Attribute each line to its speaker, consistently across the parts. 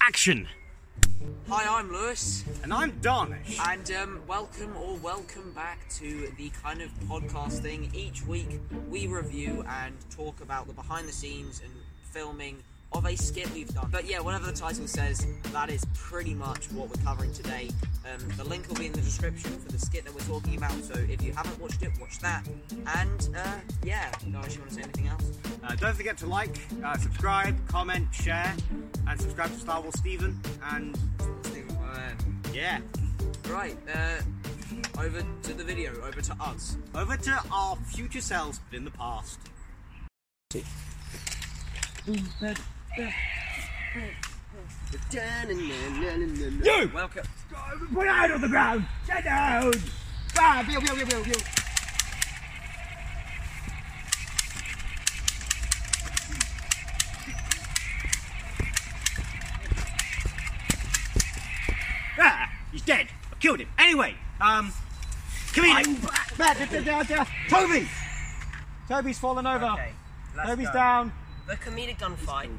Speaker 1: Action!
Speaker 2: Hi, I'm Lewis,
Speaker 1: And I'm Darnish.
Speaker 2: and um, welcome or welcome back to the kind of podcast thing. Each week, we review and talk about the behind the scenes and filming of a skit we've done. But yeah, whatever the title says, that is pretty much what we're covering today. Um, the link will be in the description for the skit that we're talking about. So if you haven't watched it, watch that. And uh, yeah, Darish, you want to say anything else?
Speaker 1: Uh, don't forget to like, uh, subscribe, comment, share, and subscribe to Star Wars Steven. And yeah,
Speaker 2: Right, uh, over to the video, over to us.
Speaker 1: over to our future selves, but in the past. You!
Speaker 2: Welcome.
Speaker 1: Put out on the ground! Get down! Ah, pew, pew, pew, pew, pew. Ah, he's dead. I killed him. Anyway, um, come here. Toby! Toby's fallen over.
Speaker 3: Okay, let's
Speaker 1: Oh, Toby's
Speaker 3: go.
Speaker 1: down.
Speaker 3: The comedic gunfight.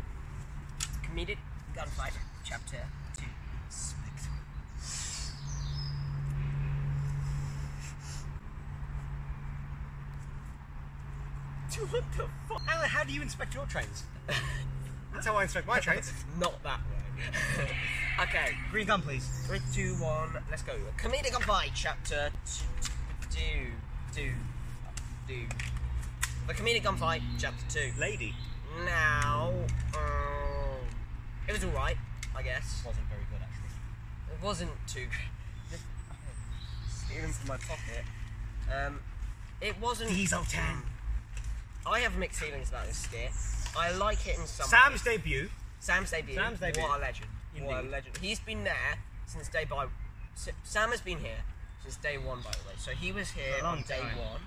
Speaker 3: Comedic gunfight, chapter two. Spectacle.
Speaker 1: What the fuck? Alan, how do you inspect your trains? That's how I inspect my trains.
Speaker 3: Not that way. okay,
Speaker 1: Green gun, please.
Speaker 3: three, two, one. Let's go. Comedic gunfight, chapter two. Do, do, do. The comedic gunfight, chapter two.
Speaker 1: Lady.
Speaker 3: Now, uh, it was all right, I guess.
Speaker 1: Wasn't very good, actually.
Speaker 3: It wasn't too. Stealing from my pocket. Um, it wasn't.
Speaker 1: Diesel 10.
Speaker 3: I have mixed feelings about this skit. I like it in some.
Speaker 1: Sam's
Speaker 3: ways.
Speaker 1: debut.
Speaker 3: Sam's debut.
Speaker 1: Sam's debut.
Speaker 3: What a legend! What a
Speaker 1: Indeed.
Speaker 3: legend! He's been there since day by. S- Sam has been here since day one, by the way. So he was here
Speaker 1: A long
Speaker 3: on day
Speaker 1: time.
Speaker 3: one.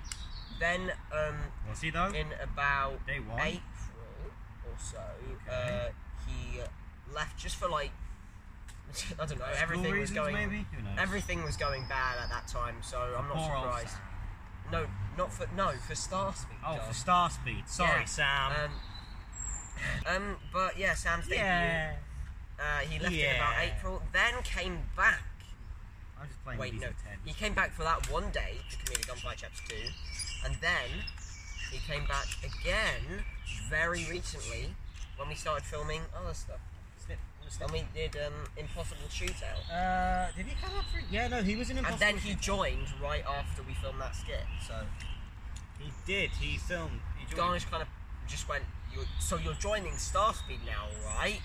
Speaker 3: Then um,
Speaker 1: Was he, though?
Speaker 3: in about
Speaker 1: Day one?
Speaker 3: April or so, uh, he left just for like. I don't know. everything was
Speaker 1: reasons,
Speaker 3: going.
Speaker 1: maybe? Who knows?
Speaker 3: Everything was going bad at that time, so I'm not
Speaker 1: Poor old
Speaker 3: surprised.
Speaker 1: Sam.
Speaker 3: No, not for no for Star Speed.
Speaker 1: Oh,
Speaker 3: Josh.
Speaker 1: for Star Speed. Sorry,
Speaker 3: Yeah.
Speaker 1: Sam.
Speaker 3: Um, um, but yeah, Sam's debut.
Speaker 1: yeah.
Speaker 3: Uh, he left in
Speaker 1: Yeah.
Speaker 3: about April, then came back.
Speaker 1: I'm just playing
Speaker 3: Wait,
Speaker 1: Wait,
Speaker 3: no, he
Speaker 1: 10.
Speaker 3: came back for that one day, the Comedic Gunfight Chapter Two, and then he came back again very recently when we started filming other stuff. When we did um, Impossible Shootout.
Speaker 1: Uh, did he come up for Yeah, no, he was in
Speaker 3: And
Speaker 1: Impossible.
Speaker 3: then he joined right after we filmed that skit. So
Speaker 1: He did. He filmed. He joined-
Speaker 3: Garnish kind of just went, you're, "So you're joining Star Speed now, right?"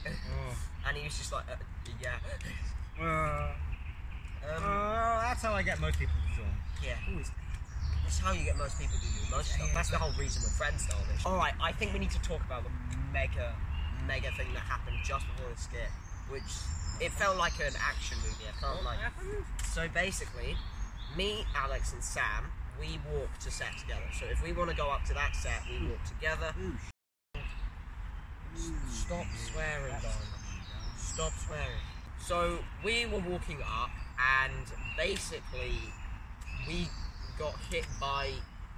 Speaker 3: And he was just like, uh, "Yeah."
Speaker 1: Oh. Uh,
Speaker 3: Um,
Speaker 1: uh, that's how I get most people to join.
Speaker 3: yeah. That's how you get most people to do most stuff. That's the whole reason we're friends, Darnish. Alright, I think we need to talk about the mega, mega thing that happened just before the skit, which it felt like an action movie. I can't like. So basically, me, Alex, and Sam, we walk to set together. So if we want to go up to that set, we walk together. S- Stop swearing, Don. Stop swearing. So we were walking up, and basically, we got hit by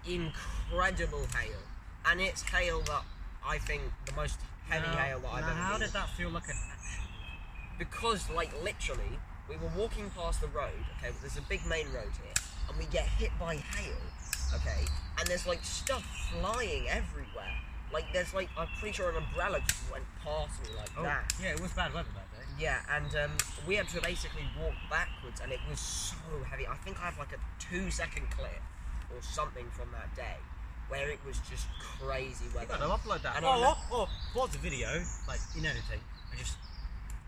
Speaker 3: incredible hail, and it's hail that I think the most heavy hail that I've ever.
Speaker 1: How
Speaker 3: seen
Speaker 1: did that feel like an
Speaker 3: because like literally we were walking past the road okay but there's a big main road here and we get hit by hail okay and there's like stuff flying everywhere like there's like i'm pretty sure an umbrella just went past me
Speaker 1: Oh,
Speaker 3: like that
Speaker 1: Yeah, it was bad weather that day.
Speaker 3: yeah and um, we had to basically walk backwards and it was so heavy i think i have like a two second clip or something from that day where it was just crazy weather
Speaker 1: upload that.
Speaker 3: And I
Speaker 1: Or,
Speaker 3: know-
Speaker 1: or pause the video, like in editing, and just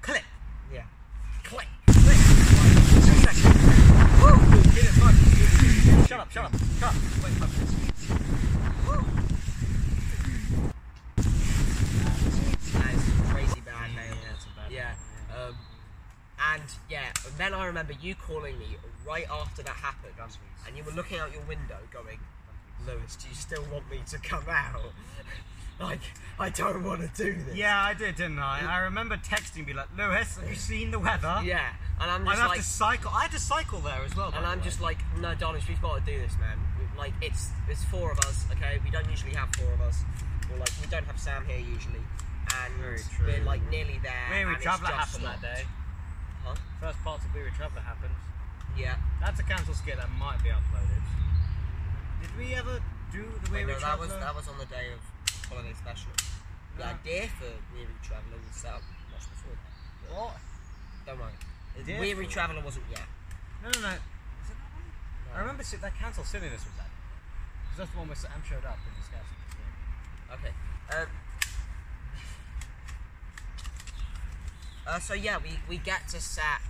Speaker 1: clip.
Speaker 3: yeah click
Speaker 1: Shut up, shut up, shut up. Wait, fuck this.
Speaker 3: That is crazy bad,
Speaker 1: Yeah,
Speaker 3: man.
Speaker 1: that's a bad
Speaker 3: Yeah. Um, and yeah, and then I remember you calling me right after that happened, and you were looking out your window, going, "Lewis, do you still want me to come out? like, I don't want to do this."
Speaker 1: Yeah, I did, didn't I? I remember texting me like, Lewis, have you seen the weather?
Speaker 3: Yeah. And I'm
Speaker 1: I'm
Speaker 3: just
Speaker 1: gonna have
Speaker 3: like,
Speaker 1: to cycle. I had to cycle there as well. by
Speaker 3: and
Speaker 1: the
Speaker 3: I'm
Speaker 1: way.
Speaker 3: just like, no, Donish, we've got to do this, man. We- Like, it's it's four of us, okay? We don't usually have four of us, or like, we don't have Sam here usually. and
Speaker 1: Very true.
Speaker 3: we're like nearly there.
Speaker 1: Weary
Speaker 3: and it's
Speaker 1: Traveller
Speaker 3: just eh?
Speaker 1: happened that day.
Speaker 3: stopped. Huh?
Speaker 1: First part of Weary Traveller happens.
Speaker 3: Yeah.
Speaker 1: That's a cancel skit that might be uploaded. Did we ever do the
Speaker 3: Wait,
Speaker 1: Weary
Speaker 3: no, that
Speaker 1: Traveller?
Speaker 3: was that was on the day of holiday special. The
Speaker 1: No.
Speaker 3: idea for Weary Traveller was set up much before that.
Speaker 1: What?
Speaker 3: Don't worry. It-
Speaker 1: Idea
Speaker 3: Weary
Speaker 1: for-
Speaker 3: Traveller wasn't yet.
Speaker 1: No, no, no. Is it that one? I remember si- that cancel silliness was that. Because that's the one where Sam showed up and discussed it.
Speaker 3: Okay. Um, uh, so yeah, we, we get to set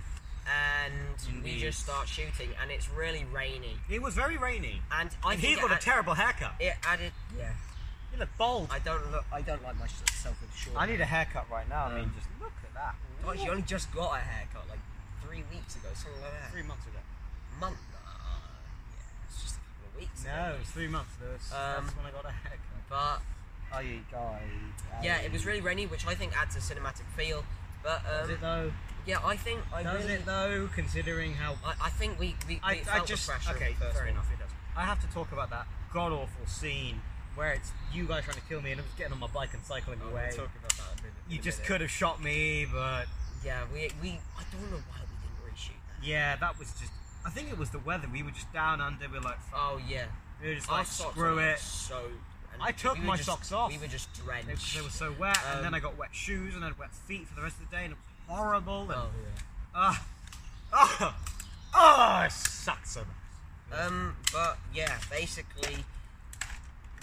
Speaker 3: and we just start shooting, and it's really rainy.
Speaker 1: It was very rainy.
Speaker 3: And I
Speaker 1: and
Speaker 3: think
Speaker 1: he's got
Speaker 3: it,
Speaker 1: a
Speaker 3: add-
Speaker 1: terrible haircut.
Speaker 3: it added. Yeah.
Speaker 1: You look bald.
Speaker 3: I don't look. I don't like myself with short.
Speaker 1: I need a haircut right now.
Speaker 3: Um,
Speaker 1: I mean, just look at that.
Speaker 3: Gosh, you only just got a haircut like three weeks ago, something like that.
Speaker 1: Three months ago.
Speaker 3: month. Uh, yeah, it's just a couple of weeks.
Speaker 1: No,
Speaker 3: ago.
Speaker 1: it was three months, Lewis.
Speaker 3: Um,
Speaker 1: that's when I got a haircut.
Speaker 3: But
Speaker 1: Oh, you guys.
Speaker 3: yeah, it was really rainy, which I think adds a cinematic feel. But
Speaker 1: Um, Does
Speaker 3: um,
Speaker 1: it though?
Speaker 3: yeah, I think I
Speaker 1: Does
Speaker 3: really.
Speaker 1: it though? Considering how
Speaker 3: I, I think we, we, we
Speaker 1: I,
Speaker 3: felt
Speaker 1: I just
Speaker 3: the pressure.
Speaker 1: okay,
Speaker 3: first
Speaker 1: fair
Speaker 3: one.
Speaker 1: enough. It does. I have to talk about that god awful scene where it's you guys trying to kill me and I'm just getting on my bike and cycling
Speaker 3: Oh, We'll
Speaker 1: away.
Speaker 3: talk about that in a minute.
Speaker 1: You
Speaker 3: in a
Speaker 1: just
Speaker 3: minute.
Speaker 1: could have shot me, but
Speaker 3: Yeah, we, we I don't know why we didn't reshoot that.
Speaker 1: yeah, that was just. I think it was the weather. We were just down under. We were like, fuck.
Speaker 3: Oh yeah,
Speaker 1: We were just
Speaker 3: Our
Speaker 1: like,
Speaker 3: socks
Speaker 1: screw
Speaker 3: were
Speaker 1: it.
Speaker 3: So and
Speaker 1: I took
Speaker 3: we were
Speaker 1: my
Speaker 3: just-
Speaker 1: socks off.
Speaker 3: We were just
Speaker 1: They,
Speaker 3: drenched.
Speaker 1: they were so wet, and then
Speaker 3: Um,
Speaker 1: I got wet shoes and I had wet feet for the rest of the day, and it was horrible. And,
Speaker 3: Oh,
Speaker 1: Ah, ah, ah! It sucked so much.
Speaker 3: Um, but yeah, basically,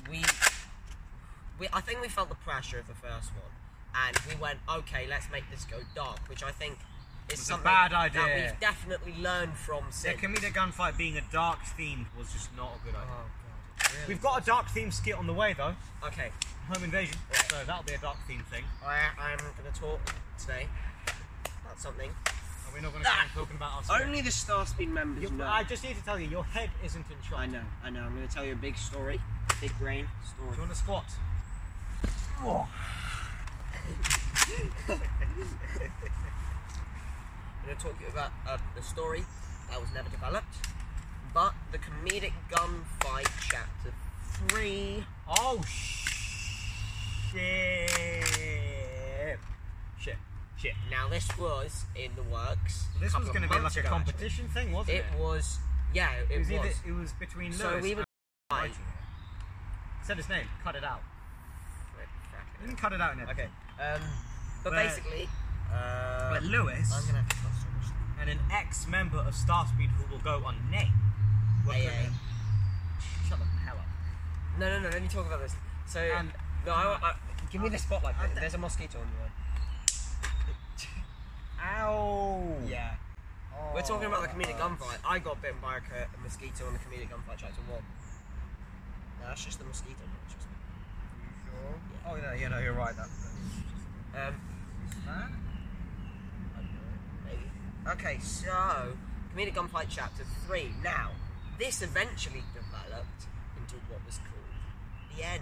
Speaker 3: we, we, I think we felt the pressure of the first one, and we went, okay, let's make this go dark, which I think is
Speaker 1: was a
Speaker 3: something
Speaker 1: bad
Speaker 3: that
Speaker 1: idea.
Speaker 3: we've definitely learned from
Speaker 1: The
Speaker 3: since.
Speaker 1: comedic gunfight being a dark themed was just not a good idea.
Speaker 3: Oh, God, really?
Speaker 1: We've got a dark themed skit on the way though.
Speaker 3: okay.
Speaker 1: Home Invasion.
Speaker 3: Yeah.
Speaker 1: So that'll be a dark theme thing.
Speaker 3: I, I'm going to talk today about something.
Speaker 1: Are we not going to be talking about our script?
Speaker 3: Oh!
Speaker 2: Only the Starspin members
Speaker 1: You-
Speaker 2: know.
Speaker 1: I just need to tell you, your head isn't in shot.
Speaker 2: I know, I know. I'm going to tell you a big story, big brain
Speaker 1: Do you
Speaker 2: story.
Speaker 1: want to squat? Oh,
Speaker 3: I'm going to talk to you about uh, the story that was never developed, but the comedic gunfight chapter three.
Speaker 1: Oh shit! Shit. Shit.
Speaker 3: Now this was in the works.
Speaker 1: This was
Speaker 3: going to
Speaker 1: be like a competition thing, wasn't it?
Speaker 3: It was, yeah, it,
Speaker 1: It was,
Speaker 3: was.
Speaker 1: either it was between Lewis
Speaker 3: So we
Speaker 1: and
Speaker 3: were
Speaker 1: writing it. Said his name. Cut it out. You can cut it out in it.
Speaker 3: Okay, um, but,
Speaker 1: But-
Speaker 3: basically, uh,
Speaker 1: But Lewis
Speaker 3: I'm gonna have to cut so much.
Speaker 1: and an ex-member of Star Speed who will go unnamed. were
Speaker 3: Hey,
Speaker 1: cooking-
Speaker 3: hey.
Speaker 1: Shut the hell up.
Speaker 3: No, no, no. Let me talk about this. So,
Speaker 1: And-
Speaker 3: no, I, I, give me the spotlight.
Speaker 1: I-
Speaker 3: There's a mosquito on the
Speaker 1: Ow!
Speaker 3: way. Yeah.
Speaker 1: Oh,
Speaker 3: We're talking about the comedic
Speaker 1: that
Speaker 3: gunfight. I got bitten by a, cur- a mosquito on the comedic gunfight chapter one. No, that's just the mosquito, not just me.
Speaker 1: hurts. Oh no, yeah, no, you're right. That.
Speaker 3: Um,
Speaker 1: that-
Speaker 3: Maybe. Okay, so Comedic Gunfight Chapter 3. Now, this eventually developed into what was called The End.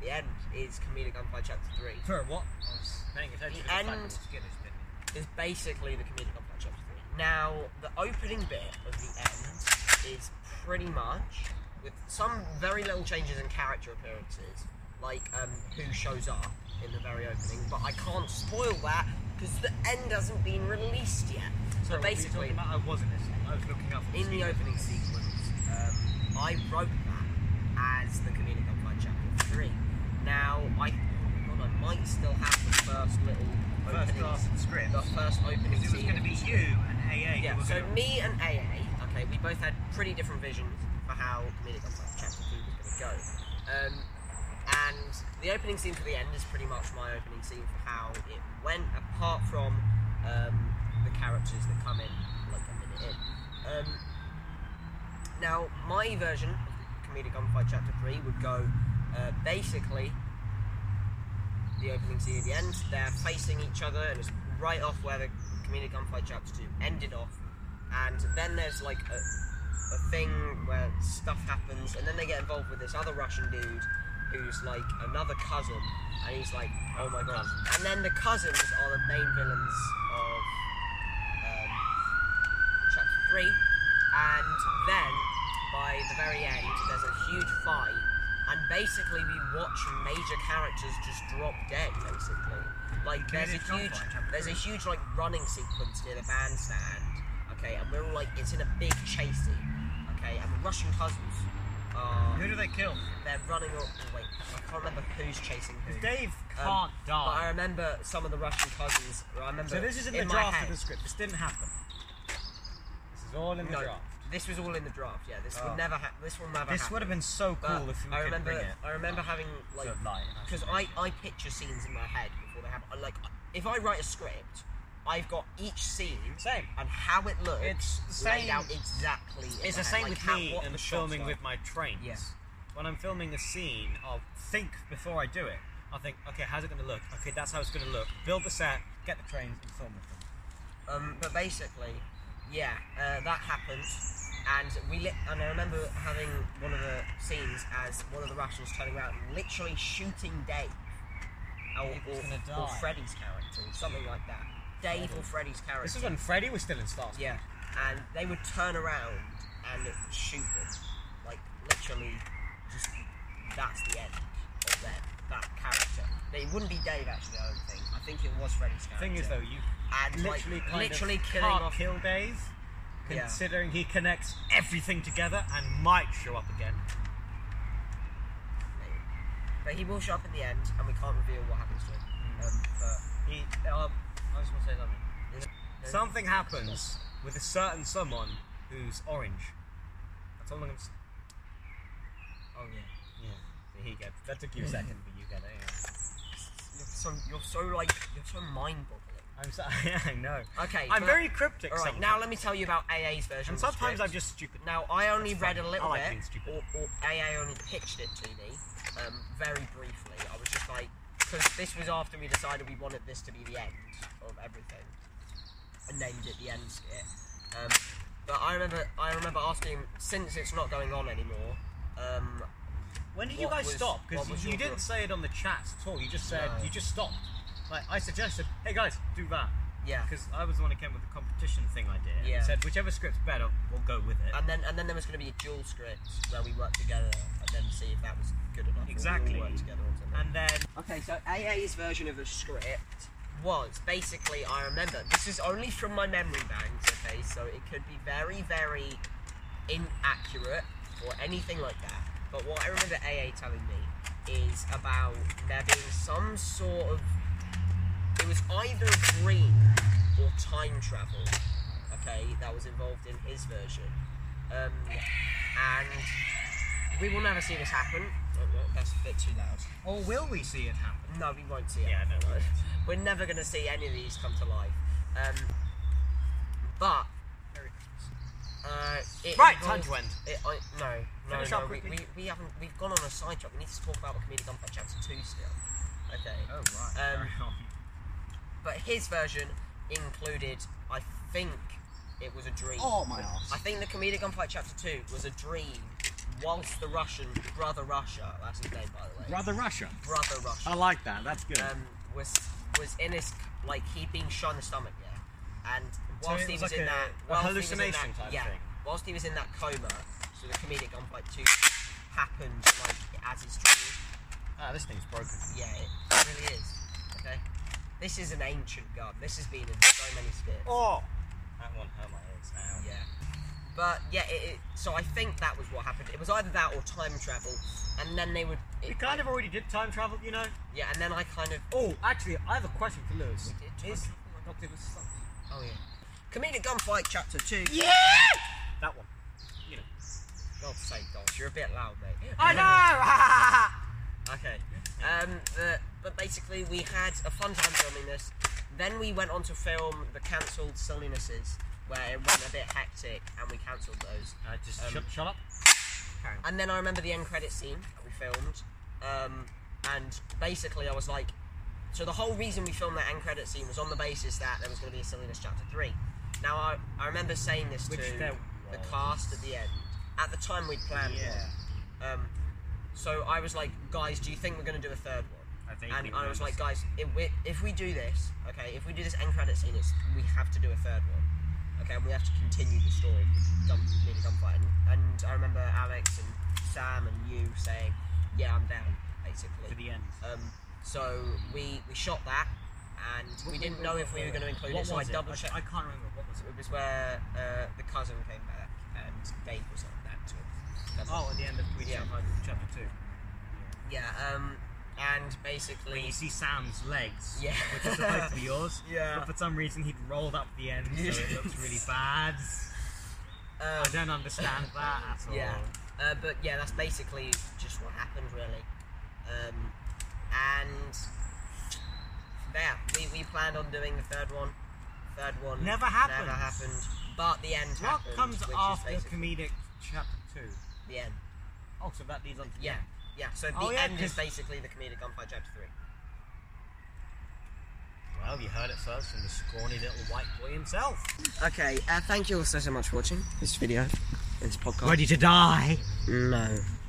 Speaker 3: The End is Comedic Gunfight Chapter 3.
Speaker 1: For what? I was paying attention
Speaker 3: The
Speaker 1: to fact
Speaker 3: end-
Speaker 1: that it's good, isn't it?
Speaker 3: It's basically the Comedic Gunfight Chapter 3. Now, the opening bit of The End is pretty much, with some very little changes in character appearances, like um, who shows up in the very opening, but I can't spoil that because The End hasn't been released yet.
Speaker 1: Sorry, what
Speaker 3: So
Speaker 1: were you
Speaker 3: basically,
Speaker 1: talking about? I wasn't listening. I was looking up. for
Speaker 3: in the
Speaker 1: mosquitoes.
Speaker 3: opening sequence, um, I wrote that as the comedic Gunfight Chapter 3. Now, I, God, I might still have the first little
Speaker 1: First
Speaker 3: opening-
Speaker 1: draft of the script.
Speaker 3: The first opening
Speaker 1: Because it was going to be
Speaker 3: sequence.
Speaker 1: you and AA.
Speaker 3: Yeah,
Speaker 1: who were
Speaker 3: so
Speaker 1: gonna-
Speaker 3: me and AA, okay, we both had pretty different visions for how comedic Gunfight Chapter 3 was going to go. Um, and the opening scene for the end is pretty much my opening scene for how it went, apart from um, the characters that come in like a minute in. Um, now, my version of the Comedic Gunfight Chapter 3 would go uh, basically the opening scene at the end. They're facing each other, and it's right off where the Comedic Gunfight Chapter 2 ended off. And then there's like a, a thing where stuff happens, and then they get involved with this other Russian dude who's like another cousin, and he's like, oh my god. And then the cousins are the main villains of um, chapter three, and then by the very end, there's a huge fight and basically we watch major characters just drop dead, basically. Like there's a
Speaker 1: Community
Speaker 3: huge,
Speaker 1: gunfight.
Speaker 3: there's a huge like running sequence near the bandstand, okay, and we're all like it's in a big chase scene, okay, and the Russian cousins are
Speaker 1: Who do they kill?
Speaker 3: they're running. All, oh, wait, I can't remember who's chasing who.
Speaker 1: Dave
Speaker 3: Um,
Speaker 1: can't
Speaker 3: But I
Speaker 1: die.
Speaker 3: remember some of the Russian cousins. I remember.
Speaker 1: So this isn't
Speaker 3: in
Speaker 1: the
Speaker 3: my
Speaker 1: draft
Speaker 3: head-
Speaker 1: of the script. This didn't happen. This is all in the
Speaker 3: No,
Speaker 1: draft.
Speaker 3: this was all in the draft. Yeah, this
Speaker 1: Oh.
Speaker 3: would never. Ha- this will never.
Speaker 1: This
Speaker 3: happen.
Speaker 1: would have been so
Speaker 3: But
Speaker 1: cool if you
Speaker 3: I
Speaker 1: could
Speaker 3: remember.
Speaker 1: bring it.
Speaker 3: I remember having like
Speaker 1: Sort of light, I
Speaker 3: because I, I picture scenes in my head before they happen. I, like if I write a script, I've got each scene
Speaker 1: Same.
Speaker 3: and how it looks.
Speaker 1: It's the
Speaker 3: laid
Speaker 1: same-
Speaker 3: out exactly. in
Speaker 1: It's
Speaker 3: my
Speaker 1: the
Speaker 3: head,
Speaker 1: same
Speaker 3: like
Speaker 1: with
Speaker 3: how-
Speaker 1: me
Speaker 3: what
Speaker 1: and
Speaker 3: the shots
Speaker 1: filming
Speaker 3: are.
Speaker 1: with my trains.
Speaker 3: Yeah.
Speaker 1: When I'm filming a scene, I'll think before I do it. I think, okay, how's it going to look? Okay, that's how it's going to look. Build the set, get the trains, and film with them.
Speaker 3: Um, but basically, yeah, uh, that happened, and we lit. And I remember having one of the scenes as one of the Russians turning around, and literally shooting Dave, or,
Speaker 1: Dave was gonna
Speaker 3: or, or
Speaker 1: die.
Speaker 3: Freddy's character, or something like that. Dave or Freddy's character.
Speaker 1: This is when Freddy was still in Star. Wars.
Speaker 3: yeah, and they would turn around and shoot them, like literally, just that's the end of that that character. But it wouldn't be Dave actually. I don't think. I think it was Freddy's character.
Speaker 1: Thing is, though, you
Speaker 3: and
Speaker 1: literally,
Speaker 3: like,
Speaker 1: kind
Speaker 3: literally
Speaker 1: of
Speaker 3: killing
Speaker 1: can't
Speaker 3: off
Speaker 1: kill Dave,
Speaker 3: Yeah.
Speaker 1: considering he connects everything together and might show up again.
Speaker 3: Maybe. But he will show up in the end, and we can't reveal what happens to him. Um, but
Speaker 1: He, um, I was going to say something.
Speaker 3: it's-
Speaker 1: Something happens with a certain someone who's orange. That's all I'm going to say.
Speaker 3: Oh yeah.
Speaker 1: Yeah. There you go. That took you a second, but you got it. yeah.
Speaker 3: You're so you're so like you're so mind-boggling.
Speaker 1: I'm sorry. I know.
Speaker 3: Okay.
Speaker 1: I'm
Speaker 3: but-
Speaker 1: very cryptic.
Speaker 3: All right.
Speaker 1: sometimes.
Speaker 3: Now let me tell you about AA's version.
Speaker 1: and
Speaker 3: of the
Speaker 1: sometimes
Speaker 3: script.
Speaker 1: I'm just stupid.
Speaker 3: Now I only
Speaker 1: That's
Speaker 3: read
Speaker 1: fine.
Speaker 3: a little
Speaker 1: I like
Speaker 3: bit,
Speaker 1: being stupid.
Speaker 3: Or, or AA only pitched it to me, um, very briefly. I was just like, because this was after we decided we wanted this to be the end of everything, and named it the end skit. Um, but I remember, I remember asking since it's not going on anymore. Um,
Speaker 1: When did you
Speaker 3: what
Speaker 1: guys
Speaker 3: was-
Speaker 1: stop?
Speaker 3: what
Speaker 1: Because
Speaker 3: was
Speaker 1: you,
Speaker 3: your
Speaker 1: didn't
Speaker 3: deal?
Speaker 1: say it on the chat at all. You just said
Speaker 3: No.
Speaker 1: you just stopped. Like I suggested, hey guys, do that.
Speaker 3: yeah.
Speaker 1: Because I was the one who came with the competition thing I did.
Speaker 3: Yeah.
Speaker 1: And said whichever script's better, we'll go with it.
Speaker 3: And then, and then there was going to be a dual script where we worked together and then see if that was good enough. or we all
Speaker 1: Exactly.
Speaker 3: worked together or something.
Speaker 1: and then
Speaker 3: Okay, so AA's version of the script was basically, I remember, this is only from my memory banks, okay, so it could be very, very inaccurate or anything like that. But what I remember AA telling me is about there being some sort of. It was either green or time travel, okay, that was involved in his version. Um, and we will never see this happen. Oh, no, that's a bit too loud.
Speaker 1: or will we see it happen?
Speaker 3: No, we won't see it.
Speaker 1: Yeah, no, we won't.
Speaker 3: We're never going to see any of these come to life. Um, but uh, it
Speaker 1: Right, time
Speaker 3: involved-
Speaker 1: to end.
Speaker 3: It, I, no, no,
Speaker 1: Finish
Speaker 3: no.
Speaker 1: up
Speaker 3: we, we,
Speaker 1: quickly.
Speaker 3: we haven't. We've gone on a sidetrack. We need to talk about what Community Gunfight Chapter Two still. Okay.
Speaker 1: Oh
Speaker 3: Um,
Speaker 1: right.
Speaker 3: But his version included, I think, it was a dream.
Speaker 4: Oh my ass.
Speaker 3: I think the comedic gunfight chapter two was a dream, whilst the Russian brother Russia, that's his name by the way,
Speaker 4: Brother Russia.
Speaker 3: brother Russia,
Speaker 4: I like that. That's good.
Speaker 3: um, was was in his like he'd been shot in the stomach, yeah. And
Speaker 1: So
Speaker 3: whilst
Speaker 1: it
Speaker 3: he
Speaker 1: was
Speaker 3: was
Speaker 1: like
Speaker 3: in
Speaker 1: a-
Speaker 3: that
Speaker 1: a
Speaker 3: whilst he was in
Speaker 1: hallucination
Speaker 3: that,
Speaker 1: type
Speaker 3: yeah,
Speaker 1: thing.
Speaker 3: whilst he was in that coma, so the comedic gunfight two happened like as his dream.
Speaker 1: ah, this thing's broken.
Speaker 3: Yeah, it really is. Okay, this is an ancient gun. This has been in so many skits.
Speaker 1: Oh, that one hurt my ears. Ow.
Speaker 3: Yeah. But yeah, it, it, so I think that was what happened. It was either that or time travel, and then they would. It,
Speaker 1: We kind of already did time travel, you know.
Speaker 3: Yeah, and then I kind of.
Speaker 1: Oh, actually, I have a question for Lewis.
Speaker 3: We did time
Speaker 1: Is
Speaker 3: travel, I
Speaker 1: Doctor Lewis something?
Speaker 3: Oh yeah. Comedic Gunfight Chapter Two.
Speaker 1: That one. You know.
Speaker 3: God's sake, Dosh, Oh, you're a bit loud, mate.
Speaker 1: I know.
Speaker 3: Okay. Um, the, but basically, we had a fun time filming this. Then we went on to film the cancelled sillinesses, where it went a bit hectic, and we cancelled those.
Speaker 1: Uh, just
Speaker 3: Um,
Speaker 1: shut, shut up.
Speaker 3: And then I remember the end credit scene that we filmed. Um, and basically, I was like, so the whole reason we filmed that end credit scene was on the basis that there was going to be a Salinas chapter three. Now, I, I remember saying this
Speaker 1: Which
Speaker 3: to
Speaker 1: there
Speaker 3: the
Speaker 1: was.
Speaker 3: cast at the end. At the time, we'd planned
Speaker 1: Yeah.
Speaker 3: one. Um, so I was like, guys, do you think we're going to do a third one?
Speaker 1: I think we
Speaker 3: and I was
Speaker 1: will.
Speaker 3: like, guys, if we, if we do this, okay, if we do this end credit scene, it's, we have to do a third one. Okay, and we have to continue the story of the gun, Lady Gunfight. And, and I remember Alex and Sam and you saying, yeah, I'm down, basically.
Speaker 1: to the end.
Speaker 3: Um, so we we shot that, and we didn't know if we were going to include
Speaker 1: What
Speaker 3: it. So
Speaker 1: was
Speaker 3: I
Speaker 1: it?
Speaker 3: double
Speaker 1: I-
Speaker 3: checked.
Speaker 1: I can't remember. What was it?
Speaker 3: It was where uh, the cousin came back, and Dave was on that too.
Speaker 1: Oh, at the end of Queen
Speaker 3: Yeah.
Speaker 1: Chapter, chapter two.
Speaker 3: yeah. Um, and basically,
Speaker 1: You see Sam's legs,
Speaker 3: Yeah.
Speaker 1: which are supposed to be yours.
Speaker 3: Yeah.
Speaker 1: But for some reason, he'd rolled up the end, so it looks really bad. I
Speaker 3: um,
Speaker 1: don't understand that at all.
Speaker 3: Yeah. Uh, but yeah, that's basically just what happened, really. Um, and yeah, we, we planned on doing the third one. Third one
Speaker 1: Never happened.
Speaker 3: Never happened. But the end
Speaker 1: What
Speaker 3: happened.
Speaker 1: comes
Speaker 3: which is
Speaker 1: after
Speaker 3: basically
Speaker 1: comedic chapter two?
Speaker 3: the end?
Speaker 1: Oh, so that leads on to the
Speaker 3: Yeah,
Speaker 1: end.
Speaker 3: yeah. So the
Speaker 1: Oh, yeah,
Speaker 3: end is
Speaker 1: 'cause-
Speaker 3: basically the comedic gunfight chapter three.
Speaker 1: Well, you heard it first from the scrawny little white boy himself.
Speaker 3: Okay. Uh, thank you all so so much for watching this video, this podcast.
Speaker 1: Ready to die.
Speaker 3: No.